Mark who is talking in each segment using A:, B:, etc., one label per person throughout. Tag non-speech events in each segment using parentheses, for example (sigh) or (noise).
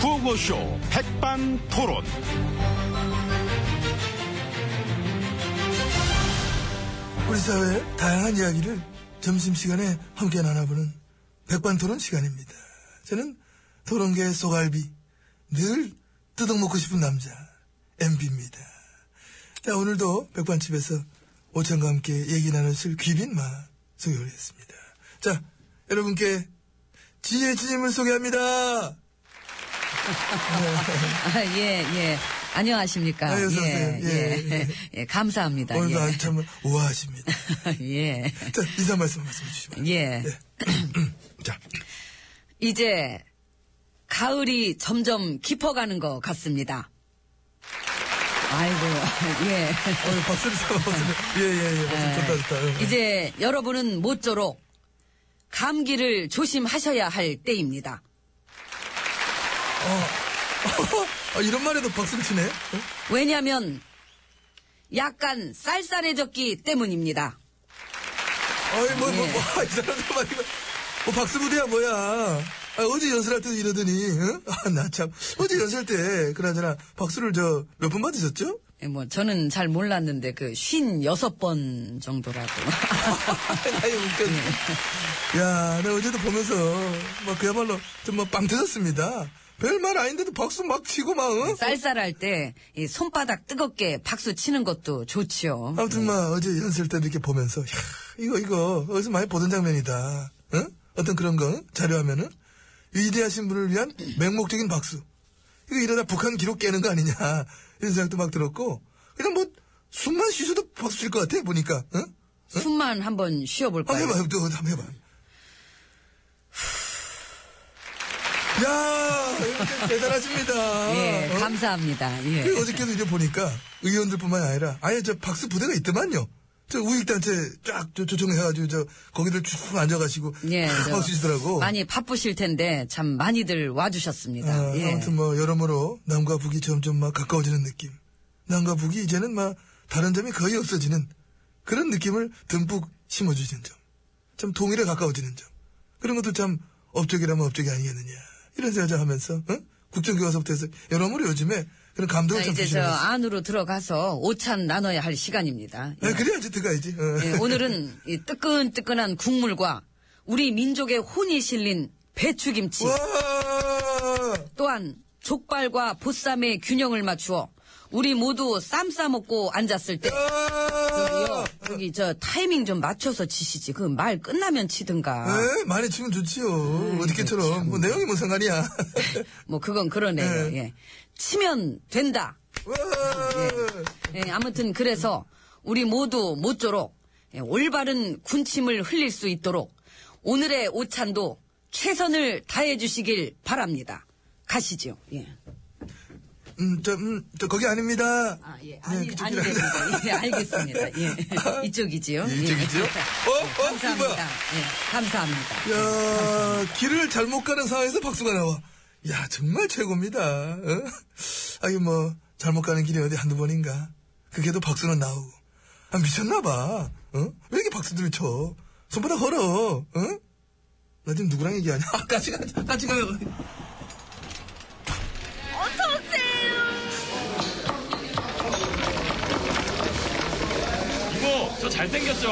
A: 라디오쇼 백반토론.
B: 우리 사회의 다양한 이야기를 점심시간에 함께 나눠보는 백반토론 시간입니다. 저는 토론계의 소갈비, 늘 뜨덕먹고 싶은 남자, MB입니다. 자, 오늘도 백반집에서 오천과 함께 얘기 나누실 귀빈마 소개를 했습니다. 자, 여러분께 지혜진님을 소개합니다.
C: 아, 예, 예. 안녕하십니까.
B: 아유, 어서
C: 예,
B: 오세요. 예, 예.
C: (laughs) 예, 감사합니다.
B: 오늘도
C: 예.
B: 한참을 우아하십니다.
C: 예. (laughs)
B: 자, 인사 말씀 말씀해 주시오
C: 예.
B: (clears throat) 자,
C: 이제 가을이 점점 깊어가는 것 같습니다. 아이고, (laughs) 예.
B: 오늘 어, 박수를 쳐봐, 박수를. 예, 예, 예. 박수 좋다, 좋다.
C: 네. 이제 여러분은 모쪼록 감기를 조심하셔야 할 때입니다.
B: 어, 이런 말에도 박수를 치네? 어?
C: 왜냐면 약간 쌀쌀해졌기 때문입니다.
B: 아이, 뭐, 뭐,
C: 예.
B: 뭐, 아, 이 사람 정말 이거. 뭐, 박수부대야, 뭐야. 아, 어제 연설할 때도 이러더니, 응? 아, 나 참. 어제 연설 때, 그나저나, 박수를 저, 몇 번 받으셨죠? (laughs)
C: 예, 뭐 저는 잘 몰랐는데 그
B: (laughs)
C: 56번 정도라고.
B: 아이, 웃겼네. 야, 나 어제도 보면서, 막, 그야말로, 좀막 빵 터졌습니다. 별말 아닌데도 박수 막 치고, 막, 응?
C: 쌀쌀할 때 이 손바닥 뜨겁게 박수 치는 것도 좋지요.
B: 아무튼 막 어제 연설 때 이렇게 보면서 야, 이거 이거 어디서 많이 보던 장면이다. 어? 어떤 그런 거 자료하면은 위대하신 분을 위한 맹목적인 박수. 이거 이러다 북한 기록 깨는 거 아니냐 이런 생각도 막 들었고 그냥 뭐 숨만 쉬셔도 박수 칠 것 같아 보니까. 어?
C: 숨만 한번
B: 한번
C: 쉬어볼까요?
B: 해봐, 또 한번 해봐. 야 이거 대단하십니다.
C: 예,
B: 어?
C: 감사합니다. 예.
B: 그 어저께도 이제 보니까 의원들뿐만 아니라 아예 저 박수 부대가 있더만요. 저 우익단체 쫙 저- 조정해가지고 저 거기들 쭉 앉아가시고 (laughs)
C: 예,
B: 다
C: 저
B: 박수 치더라고.
C: 많이 바쁘실 텐데 참 많이들 와주셨습니다.
B: 아,
C: 예.
B: 아무튼 뭐 여러모로 남과 북이 점점 막 가까워지는 느낌. 남과 북이 이제는 막 다른 점이 거의 없어지는 그런 느낌을 듬뿍 심어주시는 점. 참 동일에 가까워지는 점. 그런 것도 참 업적이라면 업적이 아니겠느냐. 이런 생각을 하면서 응? 국정교과서부터 해서 여러모로 요즘에 그런 감동을
C: 자,
B: 참
C: 아, 이제
B: 주시는
C: 저
B: 것 같습니다.
C: 안으로 들어가서 오찬 나눠야 할 시간입니다. 예.
B: 아, 그래야지 들어가야지. 어.
C: 예,
B: (laughs)
C: 오늘은 이 뜨끈뜨끈한 국물과 우리 민족의 혼이 실린 배추김치
B: 와!
C: 또한 족발과 보쌈의 균형을 맞추어 우리 모두 쌈 싸먹고 앉았을 때 저기요,
B: 야!
C: 저기 저 타이밍 좀 맞춰서 치시지. 그 말 끝나면 치든가.
B: 에? 예, 많이 치면
C: 음,
B: 좋지요.
C: 그렇죠.
B: 어떻게처럼. 뭐, 내용이 뭔
C: (laughs)
B: 상관이야.
C: 뭐 그건 그러네요.
B: 네.
C: 예. 치면 된다.
B: 와!
C: 예, 아무튼 그래서 우리 모두 모쪼록 예, 올바른 군침을 흘릴 수 있도록 오늘의 오찬도 최선을 다해 주시길 바랍니다. 가시죠. 예.
B: 음, 저, 음, 저, 거기 아닙니다. 네,
C: 아, 예. 아니,
B: 그쪽이라.
C: 아니 됩니다. 예, 알겠습니다. 예. (laughs) 이쪽이지요.
B: 예, 이쪽이지요?
C: 예.
B: 어? 어? 이거
C: 감사합니다.
B: 뭐야?
C: 예. 감사합니다.
B: 야, 길을 잘못 가는 상황에서 박수가 나와. 야, 정말 최고입니다. 어? 아니, 뭐, 잘못 가는 길이 어디 한두 번인가. 그게도 박수는 나오고. 아, 미쳤나봐. 어? 왜 이렇게 박수들을 쳐? 손바닥 걸어. 어? 나 지금 누구랑 얘기하냐? 아, 같이 가자. 같이 가요.
D: 이모, 저 잘생겼죠?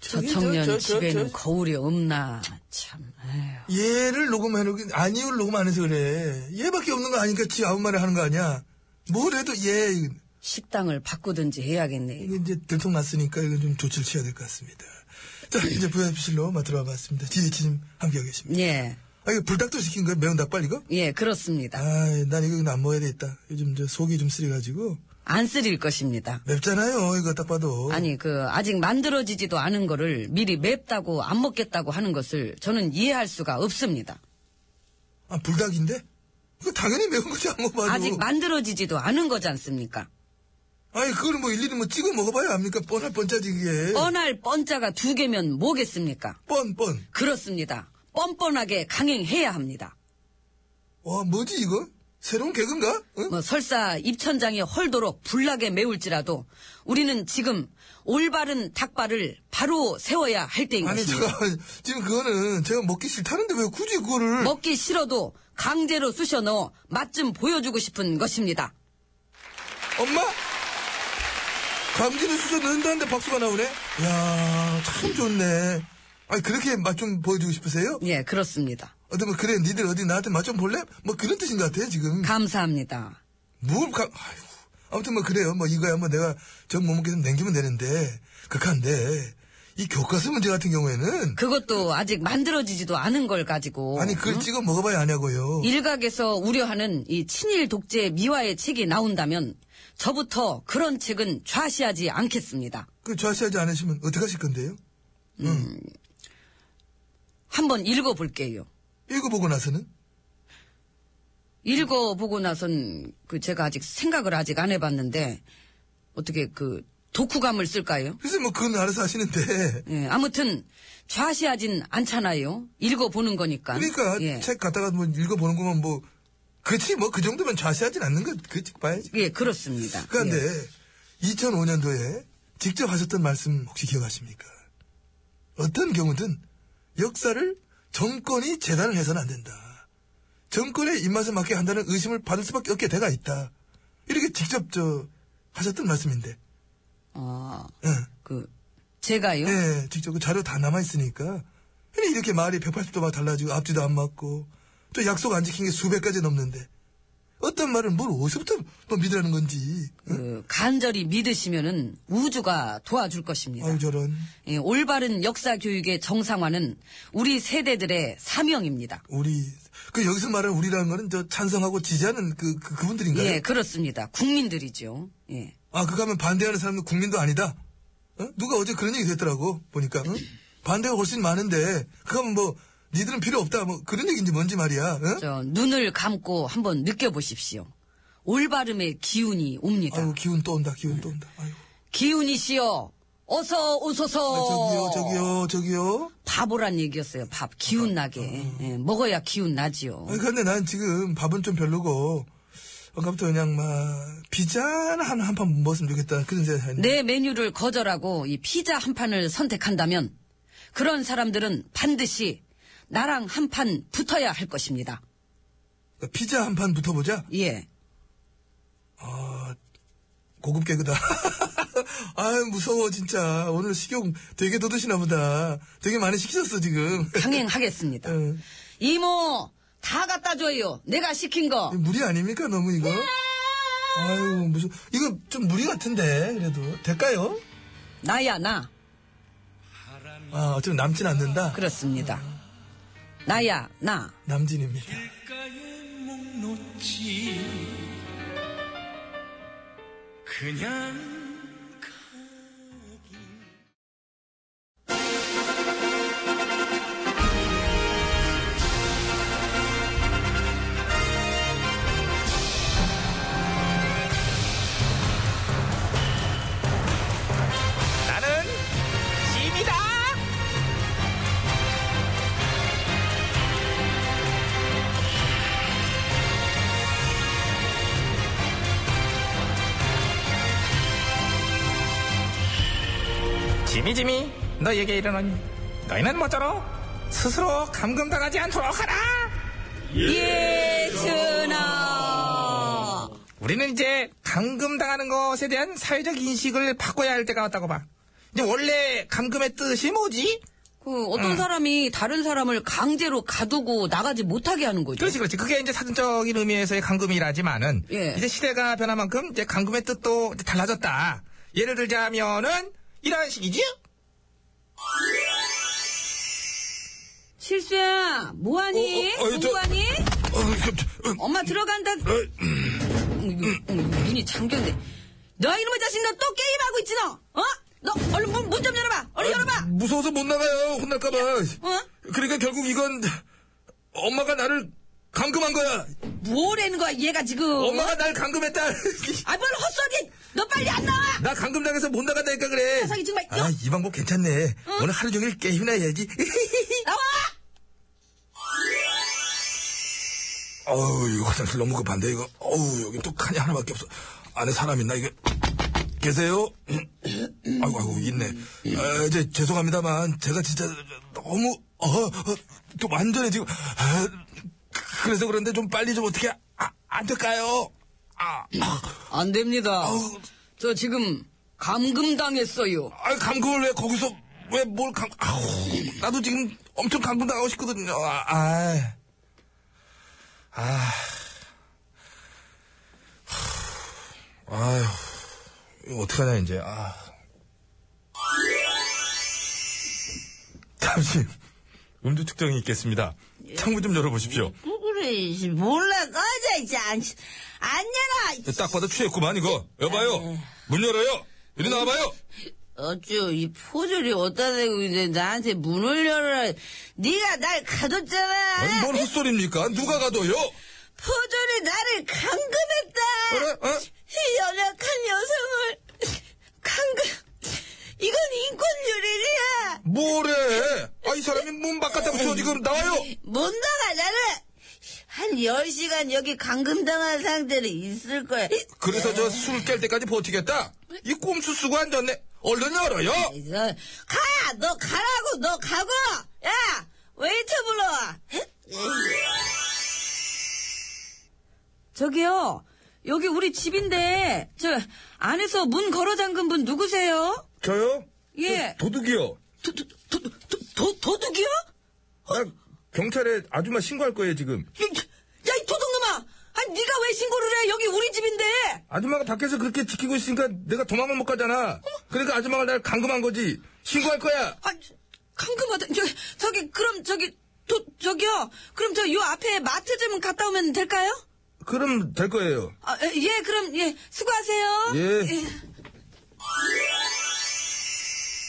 C: 저
B: 저기, 저,
C: 청년
B: 저, 저,
C: 집에는
B: 저.
C: 거울이 없나 참. 에휴.
B: 얘를 녹음해놓긴, 아니요를 녹음 안 해서 그래. 얘밖에 없는 거 아니까 지 아무 말을 하는 거 아니야. 뭘 해도 얘,
C: 식당을 바꾸든지 해야겠네.
B: 이거 이제 들통났으니까 이건 좀 조치를 취해야 될 것 같습니다. 자, 이제 부야실로 들어와 봤습니다. 지지치님 함께하고 계십니다.
C: 예,
B: 아, 이거 불닭도 시킨 거야? 매운 닭발 이거?
C: 예, 그렇습니다.
B: 아, 난 이거 안 먹어야 되겠다. 요즘 저 속이 좀 쓰려가지고.
C: 안 쓰릴 것입니다.
B: 맵잖아요, 이거 딱 봐도.
C: 아니, 그, 아직 만들어지지도 않은 거를 미리 맵다고 안 먹겠다고 하는 것을 저는 이해할 수가 없습니다.
B: 아, 불닭인데? 이거 당연히 매운 거지, 안 먹어봐도.
C: 아직 만들어지지도 않은 거지 않습니까?
B: 아니, 그걸 뭐 일일이 뭐 찍어 먹어봐야 합니까? 뻔할 뻔짜지, 그게.
C: (laughs) 뻔할 뻔자가 두 개면 뭐겠습니까?
B: 뻔, 뻔.
C: 그렇습니다. 뻔뻔하게 강행해야 합니다.
B: 와, 뭐지, 이거? 새로운 개그인가? 응?
C: 뭐 설사 입천장이 헐도록 불나게 메울지라도 우리는 지금 올바른 닭발을 바로 세워야 할 때인
B: 아니
C: 것입니다.
B: 제가 지금 그거는 제가 먹기 싫다는데 왜 굳이 그거를
C: 먹기 싫어도 강제로 쑤셔 넣어 맛 좀 보여주고 싶은 것입니다.
B: 엄마? 감지를 수저 넣는다는데 박수가 나오네? 이야, 참 좋네. 아니, 그렇게 맛 좀 보여주고 싶으세요?
C: 예, 그렇습니다.
B: 어디, 뭐, 그래, 니들 어디 나한테 맛 좀 볼래? 뭐, 그런 뜻인 것 같아요, 지금.
C: 감사합니다.
B: 뭘, 가, 아이고. 아무튼 뭐, 그래요. 뭐, 이거야, 뭐, 내가 전 못 먹게 좀 남기면 되는데, 극한데, 이 교과서 문제 같은 경우에는,
C: 그것도 아직 만들어지지도 않은 걸 가지고
B: 아니, 그걸 찍어 먹어봐야 아냐고요.
C: 일각에서 우려하는 이 친일 독재 미화의 책이 나온다면 저부터 그런 책은 좌시하지 않겠습니다.
B: 그 좌시하지 않으시면 어떡하실 건데요?
C: 한번 읽어볼게요.
B: 읽어보고 나서는?
C: 읽어보고 나선 그 제가 아직 생각을 아직 안 해봤는데 어떻게 그 독후감을 쓸까요?
B: 그래서 뭐, 그건 알아서 하시는데,
C: 예, 아무튼 좌시하진 않잖아요. 읽어보는 거니까.
B: 그러니까
C: 예.
B: 책 갖다가 뭐 읽어보는 거면 뭐 그렇지 뭐 그 정도면 좌시하진 않는 거 그렇지 봐야지.
C: 예, 그렇습니다.
B: 그런데
C: 예.
B: 2005년도에 직접 하셨던 말씀 혹시 기억하십니까? 어떤 경우든 역사를 정권이 재단을 해서는 안 된다. 정권의 입맛에 맞게 한다는 의심을 받을 수밖에 없게 돼가 있다. 이렇게 직접 저 하셨던 말씀인데, 예.
C: 아,
B: 응.
C: 그 제가요.
B: 네, 직접 그 자료 다 남아 있으니까 근데 이렇게 말이 180도 막 달라지고 앞뒤도 안 맞고 또 약속 안 지킨 게 수백 가지 넘는데 어떤 말을 뭘 어디서부터 뭐 믿으라는 건지
C: 그 간절히 믿으시면은 우주가 도와줄 것입니다.
B: 아유 저런
C: 예, 올바른 역사 교육의 정상화는 우리 세대들의 사명입니다.
B: 우리 그 여기서 말하는 우리라는 거는 저 찬성하고 지지하는 그, 그 그분들인가요?
C: 예, 그렇습니다. 국민들이죠. 예.
B: 아 그거 하면 반대하는 사람은 국민도 아니다. 어? 누가 어제 그런 얘기 했더라고 보니까 응? 반대가 훨씬 많은데 그거 하면 뭐 니들은 필요 없다 뭐 그런 얘기인지 뭔지 말이야. 응?
C: 저 눈을 감고 한번 느껴보십시오. 올바름의 기운이 옵니다.
B: 아유 기운 또 온다 기운 또 온다. 아유
C: 기운이시여, 어서
B: 아, 저기요
C: 오소서.
B: 저기요 저기요.
C: 바보란 얘기였어요. 밥 기운 나게 예, 먹어야 기운 나지요.
B: 아. 아니, 근데 난 지금 밥은 좀 별로고, 아까부터 그냥 막, 비잔 한, 한 판 먹었으면 좋겠다. 그런 생각이 드네.
C: 내 메뉴를 거절하고 이 피자 한 판을 선택한다면 그런 사람들은 반드시 나랑 한 판 붙어야 할 것입니다.
B: 그러니까 피자 한 판 붙어보자.
C: 예.
B: 고급 개그다. (laughs) 아유, 무서워, 진짜. 오늘 식욕 되게 돋으시나 보다. 되게 많이 시키셨어, 지금. (laughs)
C: 강행하겠습니다.
B: 예.
C: 이모 다 갖다 줘요. 내가 시킨 거.
B: 무리 아닙니까, 너무 이거? 아유, 무슨, 이거 좀 무리 같은데, 그래도. 될까요?
C: 나야 나.
B: 아, 어차피 남진 않는다.
C: 그렇습니다. 나야 나.
B: 남진입니다.
A: 나는 짐이다.
E: 지미 지미 너에게 이르노니 너희는 모쪼록 스스로 감금당하지 않도록 하라
C: 예 준아.
E: 우리는 이제 감금당하는 것에 대한 사회적 인식을 바꿔야 할 때가 왔다고 봐 이제 원래 감금의 뜻이 뭐지?
C: 그 어떤 사람이 다른 사람을 강제로 가두고 나가지 못하게 하는 거죠.
E: 그렇지 그렇지 그게 이제 사전적인 의미에서의 감금이라지만은
C: 예.
E: 이제 시대가 변한 만큼 이제 감금의 뜻도 이제 달라졌다 예를 들자면은 이러한 식이지
C: 실수야, 뭐하니?
B: 어, 어, 아니, 저-
C: 공부하니?
B: 어, 깜짝- 어,
C: 엄마 들어간다. 음, 음, 눈이 잠겼네. 너 이놈의 자식 너 또 게임하고 있지 너? 어? 너 얼른 문 좀 열어봐. 얼른 열어봐.
B: 무서워서 못 나가요, 혼날까봐.
C: 어?
B: 그러니까 결국 이건 엄마가 나를 감금한 거야.
C: 뭐라는 거야 얘가 지금?
B: 엄마가 날 감금했다. (laughs)
C: 아뭘 헛소리? 너 빨리 안 나와.
B: 나 감금당해서 못 나간다니까 그래.
C: 세상에 정말
B: 아, 이 방법 괜찮네. 오늘 하루 종일 (laughs) 게임이나 해야지.
C: 나와.
B: 어우, 이거 (laughs) 화장실 너무 급한데, 이거. 어우, 여기 또 칸이 하나밖에 없어. 안에 사람 있나, 이게. 계세요? (clears throat) 아이고, 아이고, 있네. 아, 이제 죄송합니다만, 제가 진짜 너무, 어, 어, 또 완전히 지금, 아, 그래서 그런데 좀 빨리 좀 어떻게, 아, 안 될까요? 아,
C: 안 됩니다. 저 지금 감금당했어요.
B: 아 감금을 왜 거기서, 왜 뭘 감, 아우, 나도 지금 엄청 감금당하고 싶거든요. 아, 아. 아. 아휴, 이거 어떡하냐, 이제, 아. 잠시, 음주 측정이 있겠습니다. 창문 좀 열어보십시오.
F: 그래, 몰라, 꺼져, 이제. 안, 안 열어!
B: 딱 봐도 취했구만, 이거. 여봐요. 문 열어요. 이리 나와봐요.
F: 어쭈, 이 포졸이 어디다 대고 이제 나한테 문을 열어라. 네가 날 가뒀잖아!
B: 아니, 뭔 헛소리입니까? 누가 가둬요?
F: 포졸이 나를 감금했다!
B: 어? 어?
F: 이 연약한 여성을 감금, 이건 인권유린이야!
B: 뭐래? 아, 이 사람이 문 바깥에 붙여 지금 나와요!
F: 못 나가, 나는! 한 10시간 여기 감금당한 상태로 있을 거야.
B: 그래서 저 술 깰 때까지 버티겠다? 이 꼼수 쓰고 앉았네. 얼른 열어요!
F: 너, 가! 너 가라고! 너 가고! 야! 웨이트 불러와!
C: 저기요, 여기 우리 집인데, 저, 안에서 문 걸어 잠근 분 누구세요?
B: 저요?
C: 예.
B: 저 도둑이요.
C: 도, 도, 도, 도, 도, 도둑이요?
B: 나 경찰에 아줌마 신고할 거예요, 지금.
C: 야, 야, 이 도둑놈아! 아니, 네가 왜 신고를 해? 여기 우리 집인데!
B: 아줌마가 밖에서 그렇게 지키고 있으니까 내가 도망을 못 가잖아. 그러니까 아줌마가 날 감금한 거지. 신고할 거야.
C: 아, 캄캄하다. 저, 저기, 그럼 저기, 도, 저기요. 그럼 저 요 앞에 마트 좀 갔다 오면 될까요?
B: 그럼 될 거예요.
C: 아, 에, 예, 그럼, 예, 수고하세요.
B: 예.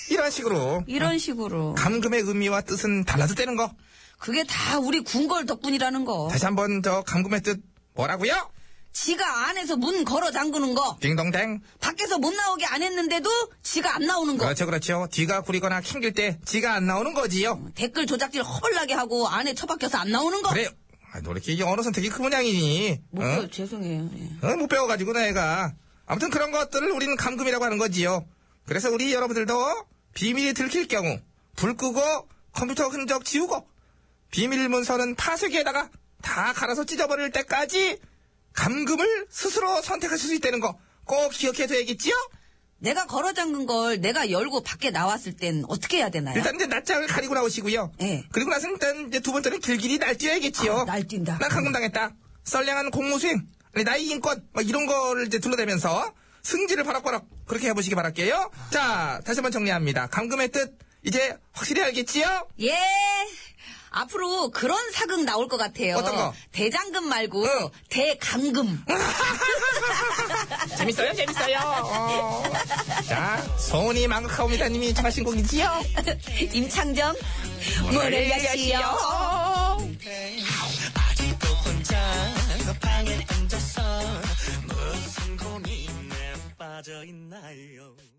E: 이런 식으로
C: 이런 식으로.
E: 감금의 의미와 뜻은 달라도 되는 거.
C: 그게 다 우리 궁궐 덕분이라는 거.
E: 다시 한번 저 감금의 뜻 뭐라고요?
C: 지가 안에서 문 걸어 잠그는 거.
E: 딩동댕.
C: 밖에서 못 나오게 안 했는데도 지가 안 나오는 거.
E: 그렇죠, 그렇죠. 뒤가 구리거나 캥길 때 지가 안 나오는 거지요.
C: 댓글 조작질 허벌나게 하고 안에 처박혀서 안 나오는 거.
E: 그래요. 아, 너 이렇게 이 언어 선택이 그 모양이니?
C: 못
E: 응?
C: 배워, 죄송해요. 예.
E: 어, 못 배워가지고 내가 아무튼 그런 것들을 우리는 감금이라고 하는 거지요. 그래서 우리 여러분들도 비밀이 들킬 경우 불 끄고 컴퓨터 흔적 지우고 비밀 문서는 파쇄기에다가 다 갈아서 찢어버릴 때까지 감금을 스스로 선택하실 수 있다는 거 꼭 기억해 둬야겠지요?
C: 내가 걸어 잠근 걸 내가 열고 밖에 나왔을 땐 어떻게 해야 되나요?
E: 일단 이제 낮장을 가리고 나오시고요.
C: 예.
E: 그리고 나서 일단 이제 두 번째는 길길이 날뛰어야겠지요.
C: 아, 날뛴다.
E: 나 감금당했다. 썰량한 공무수행, 아니, 나이 인권, 막 이런 거를 이제 둘러대면서 승질을 바락바락 그렇게 해보시기 바랄게요. 자, 다시 한번 정리합니다. 감금의 뜻, 이제 확실히 알겠지요?
C: 예. 앞으로 그런 사극 나올 것 같아요.
E: 어떤 거? 어.
C: 대장금 말고
E: 응.
C: 대감금.
E: 재밌어요, 재밌어요. 어. 자, 소은이 망극하옵니다님이 청하신 곡이지요?
C: (laughs) 임창정 문을 여시오.
G: 방에 앉아서 무슨 고민에 빠져 있나요?